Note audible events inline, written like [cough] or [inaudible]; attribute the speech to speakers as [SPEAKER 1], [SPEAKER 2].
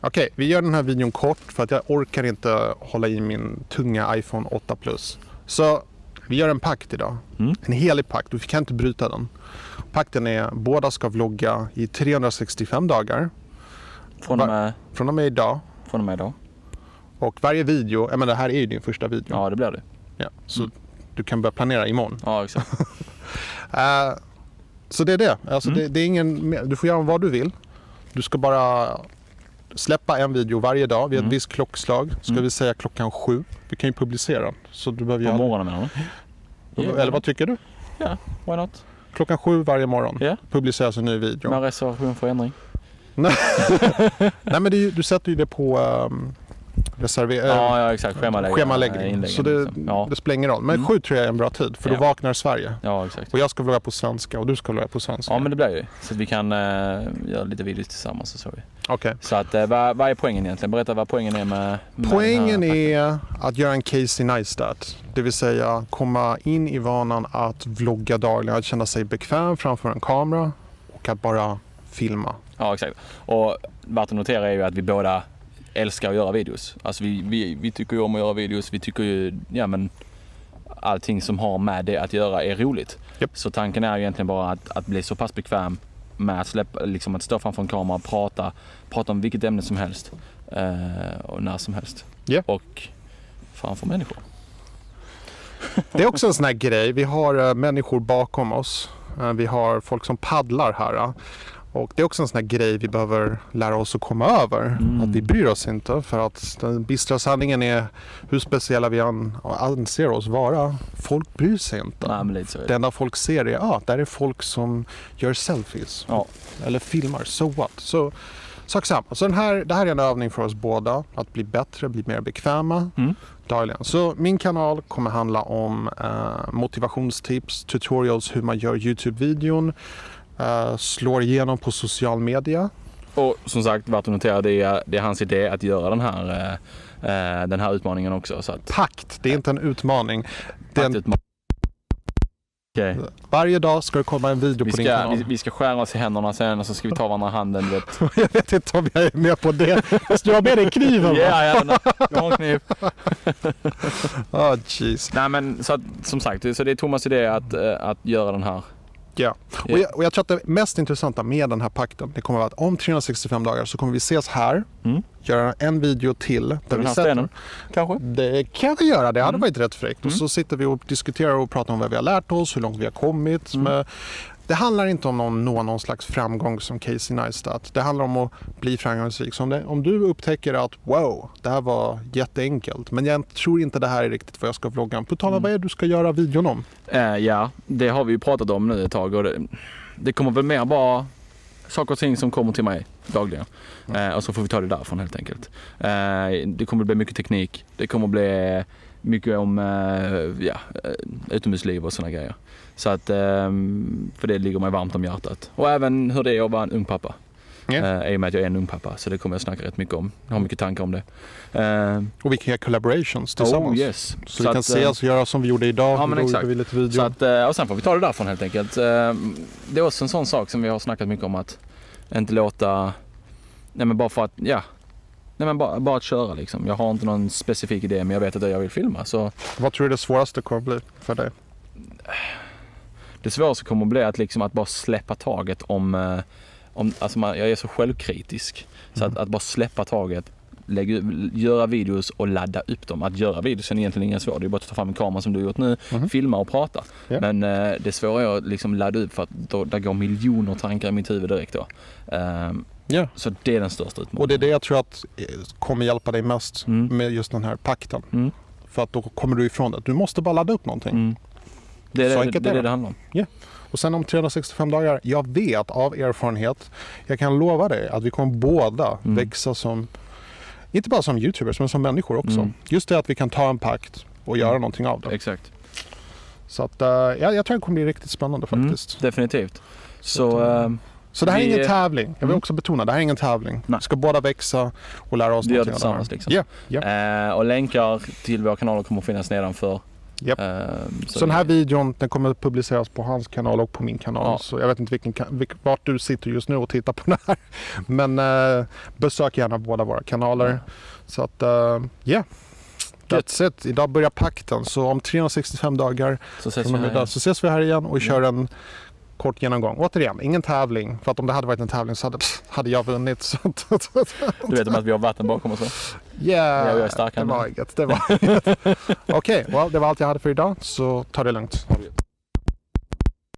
[SPEAKER 1] Okej, vi gör den här videon kort för att jag orkar inte hålla i min tunga iPhone 8 Plus. Så vi gör en pakt idag. En helig pakt, du kan inte bryta den. Pakten är båda ska vlogga i 365 dagar
[SPEAKER 2] Från och med,
[SPEAKER 1] från och med idag.
[SPEAKER 2] från och med idag.
[SPEAKER 1] Och varje video, ja men det här är ju din första video.
[SPEAKER 2] Ja, det blir det.
[SPEAKER 1] Ja, så du kan börja planera imorgon. [laughs]
[SPEAKER 2] Ja, exakt.
[SPEAKER 1] Eh, så det är det. Alltså
[SPEAKER 2] Mm.
[SPEAKER 1] det, det är ingen, mer- du får göra vad du vill. Du ska bara släppa en video varje dag vid ett
[SPEAKER 2] Mm.
[SPEAKER 1] visst klockslag. Ska vi säga klockan sju. Vi kan ju publicera den. Så du behöver
[SPEAKER 2] På
[SPEAKER 1] göra
[SPEAKER 2] morgonen menar du?
[SPEAKER 1] Eller vad tycker du?
[SPEAKER 2] Ja, why not?
[SPEAKER 1] Klockan sju varje morgon
[SPEAKER 2] Ja.
[SPEAKER 1] publiceras en ny video.
[SPEAKER 2] Med reservation för ändring.
[SPEAKER 1] Nej men det, är ju- du sätter ju det på um, reserver- eh,
[SPEAKER 2] Ja, ja exakt. Schemaläggning.
[SPEAKER 1] schemaläggning.
[SPEAKER 2] Inläggen,
[SPEAKER 1] så det,
[SPEAKER 2] liksom. ja.
[SPEAKER 1] det spelar ingen roll. Men sju tror jag är en bra tid för
[SPEAKER 2] Ja.
[SPEAKER 1] då vaknar Sverige.
[SPEAKER 2] ja, exakt.
[SPEAKER 1] Och jag ska vlogga på svenska och du ska vlogga på svenska.
[SPEAKER 2] Ja, men det blir ju. Så att vi kan eh, göra lite videos tillsammans och så. ju.
[SPEAKER 1] Okej.
[SPEAKER 2] Så att, eh, vad, vad är poängen egentligen? Berätta vad poängen är med... med
[SPEAKER 1] Poängen
[SPEAKER 2] den här-
[SPEAKER 1] är att göra en Casey Neistat. Det vill säga komma in i vanan att vlogga dagligen, att känna sig bekväm framför en kamera och att bara filma.
[SPEAKER 2] Ja, exakt. Och värt att notera är ju att vi båda älskar att göra videos. Alltså vi, vi, vi tycker ju om att göra videos. Vi tycker ju, ja men allting som har med det att göra är roligt.
[SPEAKER 1] Japp.
[SPEAKER 2] Så tanken är ju egentligen bara att, att bli så pass bekväm med att, släppa, liksom att stå framför en kamera och prata, prata om vilket ämne som helst eh, och när som helst.
[SPEAKER 1] Ja.
[SPEAKER 2] Och framför människor.
[SPEAKER 1] Det är också en sån här grej. Vi har eh, människor bakom oss. Eh, Vi har folk som paddlar här. eh. Och det är också en sån här grej vi behöver lära oss att komma över. Att vi bryr oss inte. För att den bistra sanningen är hur speciella vi an- anser oss vara. Folk bryr sig inte.
[SPEAKER 2] Nej, men lite så är
[SPEAKER 1] Det
[SPEAKER 2] det.
[SPEAKER 1] enda folk ser är att ah, där är folk som gör selfies
[SPEAKER 2] Ja,
[SPEAKER 1] eller filmar. So what? Så sak samma. Så den här, det här är en övning för oss båda att bli bättre, bli mer bekväma
[SPEAKER 2] Mm.
[SPEAKER 1] dagligen. Så min kanal kommer handla om eh, motivationstips, tutorials hur man gör Youtube-videon, eh, slår igenom på social media.
[SPEAKER 2] Och som sagt, värt att notera, det är, det är hans idé att göra den här, eh, eh, den här utmaningen också. Så att,
[SPEAKER 1] Pakt, det är inte en utmaning. Det är en,
[SPEAKER 2] Utmaning. Okej.
[SPEAKER 1] varje dag ska det komma en video
[SPEAKER 2] Vi
[SPEAKER 1] på din
[SPEAKER 2] ska,
[SPEAKER 1] kanal.
[SPEAKER 2] vi, vi ska skära oss i händerna sen och så ska vi ta varandra i handen. Du
[SPEAKER 1] [laughs]
[SPEAKER 2] vet.
[SPEAKER 1] Jag vet inte om jag är med på det. Fast du har med dig kniven va?
[SPEAKER 2] Ja, ja, den- jag har
[SPEAKER 1] [laughs]
[SPEAKER 2] en kniv.
[SPEAKER 1] Ah, jeez.
[SPEAKER 2] Nej men så att, som sagt, så det är Thomas idé att, eh, att göra den här.
[SPEAKER 1] Ja, och jag, och jag tror att det mest intressanta med den här pakten det kommer att vara att om 365 dagar så kommer vi ses här,
[SPEAKER 2] Mm.
[SPEAKER 1] göra en video till. Där
[SPEAKER 2] Den
[SPEAKER 1] vi
[SPEAKER 2] här
[SPEAKER 1] sätter-
[SPEAKER 2] stenen, kanske?
[SPEAKER 1] Det kan vi göra, det hade
[SPEAKER 2] Mm.
[SPEAKER 1] varit rätt fräckt. Och så sitter vi och diskuterar och pratar om vad vi har lärt oss, hur långt vi har kommit.
[SPEAKER 2] Mm.
[SPEAKER 1] Men det handlar inte om att nå någon slags framgång som Casey Neistat. Det handlar om att bli framgångsrik. Så om, det, om du upptäcker att wow, det här var jätteenkelt, men jag tror inte det här är riktigt vad jag ska vlogga om. På tal om
[SPEAKER 2] Mm.
[SPEAKER 1] vad är det du ska göra videon om?
[SPEAKER 2] Eh, ja, det har vi ju pratat om nu ett tag och det, det kommer väl mer bara saker och ting som kommer till mig dagligen.
[SPEAKER 1] Mm.
[SPEAKER 2] Eh, och så får vi ta det därifrån helt enkelt. Eh, det kommer bli mycket teknik. Det kommer bli mycket om eh, ja, eh, utomhusliv och sådana grejer. Så att, eh, för det ligger mig varmt om hjärtat. Och även hur det är att vara en ung pappa.
[SPEAKER 1] Ja.
[SPEAKER 2] Eh, I och med att jag är en ung pappa så det kommer jag snacka rätt mycket om. Jag har mycket tankar om det. Eh,
[SPEAKER 1] Och vi kan göra collaborations tillsammans.
[SPEAKER 2] oh, yes.
[SPEAKER 1] Så, vi kan
[SPEAKER 2] att, eh,
[SPEAKER 1] ses och göra som vi gjorde idag.
[SPEAKER 2] ja, men
[SPEAKER 1] Då
[SPEAKER 2] exakt.
[SPEAKER 1] gjorde vi lite video.
[SPEAKER 2] Så att, eh, och sen får vi ta det därifrån helt enkelt. Eh, Det är också en sån sak som vi har snackat mycket om att inte låta, nej men bara för att, ja. Nej men bara, bara att köra liksom. Jag har inte någon specifik idé men jag vet att det jag vill filma. Så
[SPEAKER 1] Vad tror du det svåraste kommer bli för dig?
[SPEAKER 2] det svåraste kommer att bli att, liksom, att bara släppa taget om, eh, om alltså man, jag är så självkritisk. Så
[SPEAKER 1] Mm.
[SPEAKER 2] att, att bara släppa taget, lägga, u- göra videos och ladda upp dem. Att göra videos är egentligen inga svårt. Det är bara att ta fram en kamera som du har gjort nu, filma och prata.
[SPEAKER 1] Mhm. Ja.
[SPEAKER 2] Men eh, det svåra är att liksom ladda upp för att då, där går miljoner tankar i mitt huvud direkt då. Ehm,
[SPEAKER 1] Ja.
[SPEAKER 2] så det är den största utmaningen.
[SPEAKER 1] Och det är det jag tror att eh, kommer hjälpa dig mest
[SPEAKER 2] Mm.
[SPEAKER 1] med just den här pakten.
[SPEAKER 2] Mm.
[SPEAKER 1] För att då kommer du ifrån det. Du måste bara ladda upp någonting.
[SPEAKER 2] Mm. det, är
[SPEAKER 1] Så
[SPEAKER 2] det,
[SPEAKER 1] enkelt är
[SPEAKER 2] det, är
[SPEAKER 1] det.
[SPEAKER 2] det det handlar om.
[SPEAKER 1] Och sen om 365 dagar, jag vet av erfarenhet, jag kan lova dig att vi kommer båda
[SPEAKER 2] Mm.
[SPEAKER 1] växa som, inte bara som YouTubers, men som människor också.
[SPEAKER 2] Mm.
[SPEAKER 1] Just det att vi kan ta en pakt och göra någonting av det.
[SPEAKER 2] Exakt.
[SPEAKER 1] Så att, eh, jag, jag tror det kommer bli riktigt spännande faktiskt.
[SPEAKER 2] Mm, definitivt.
[SPEAKER 1] Så
[SPEAKER 2] Så
[SPEAKER 1] att, eh,
[SPEAKER 2] ehm,
[SPEAKER 1] Så det här är
[SPEAKER 2] Vi-
[SPEAKER 1] ingen tävling. Jag vill
[SPEAKER 2] Mm.
[SPEAKER 1] också betona, det här är ingen tävling.
[SPEAKER 2] Nej.
[SPEAKER 1] Vi ska båda växa och lära oss
[SPEAKER 2] Vi gör det
[SPEAKER 1] någonting av
[SPEAKER 2] tillsammans, liksom.
[SPEAKER 1] Ja, ja.
[SPEAKER 2] Eh, och länkar till våra kanaler kommer att finnas nedanför.
[SPEAKER 1] Japp.
[SPEAKER 2] Ehm,
[SPEAKER 1] Så den här videon den kommer att publiceras på hans kanal och på min kanal.
[SPEAKER 2] Ja.
[SPEAKER 1] Så jag vet inte vilken, ka- vilk, vart du sitter just nu och tittar på [laughs] den här. Men eh, besök gärna båda våra kanaler. Så att, eh, yeah. That's it. Idag börjar pakten. Så om 365 dagar
[SPEAKER 2] så ses vi Mm.
[SPEAKER 1] från och med
[SPEAKER 2] här.
[SPEAKER 1] idag, så ses vi här igen och
[SPEAKER 2] Ja.
[SPEAKER 1] kör en kort genomgång. Återigen, ingen tävling. För att om det hade varit en tävling så hade, pff, hade jag vunnit. [laughs] Så att,
[SPEAKER 2] Du vet om att vi har vatten bakom oss?
[SPEAKER 1] yeah,
[SPEAKER 2] Ja, jag är stark
[SPEAKER 1] det
[SPEAKER 2] ändå. [laughs]
[SPEAKER 1] var inget. Det var inget. Okej, well, det var allt jag hade för idag. Så ta det lugnt.
[SPEAKER 2] va?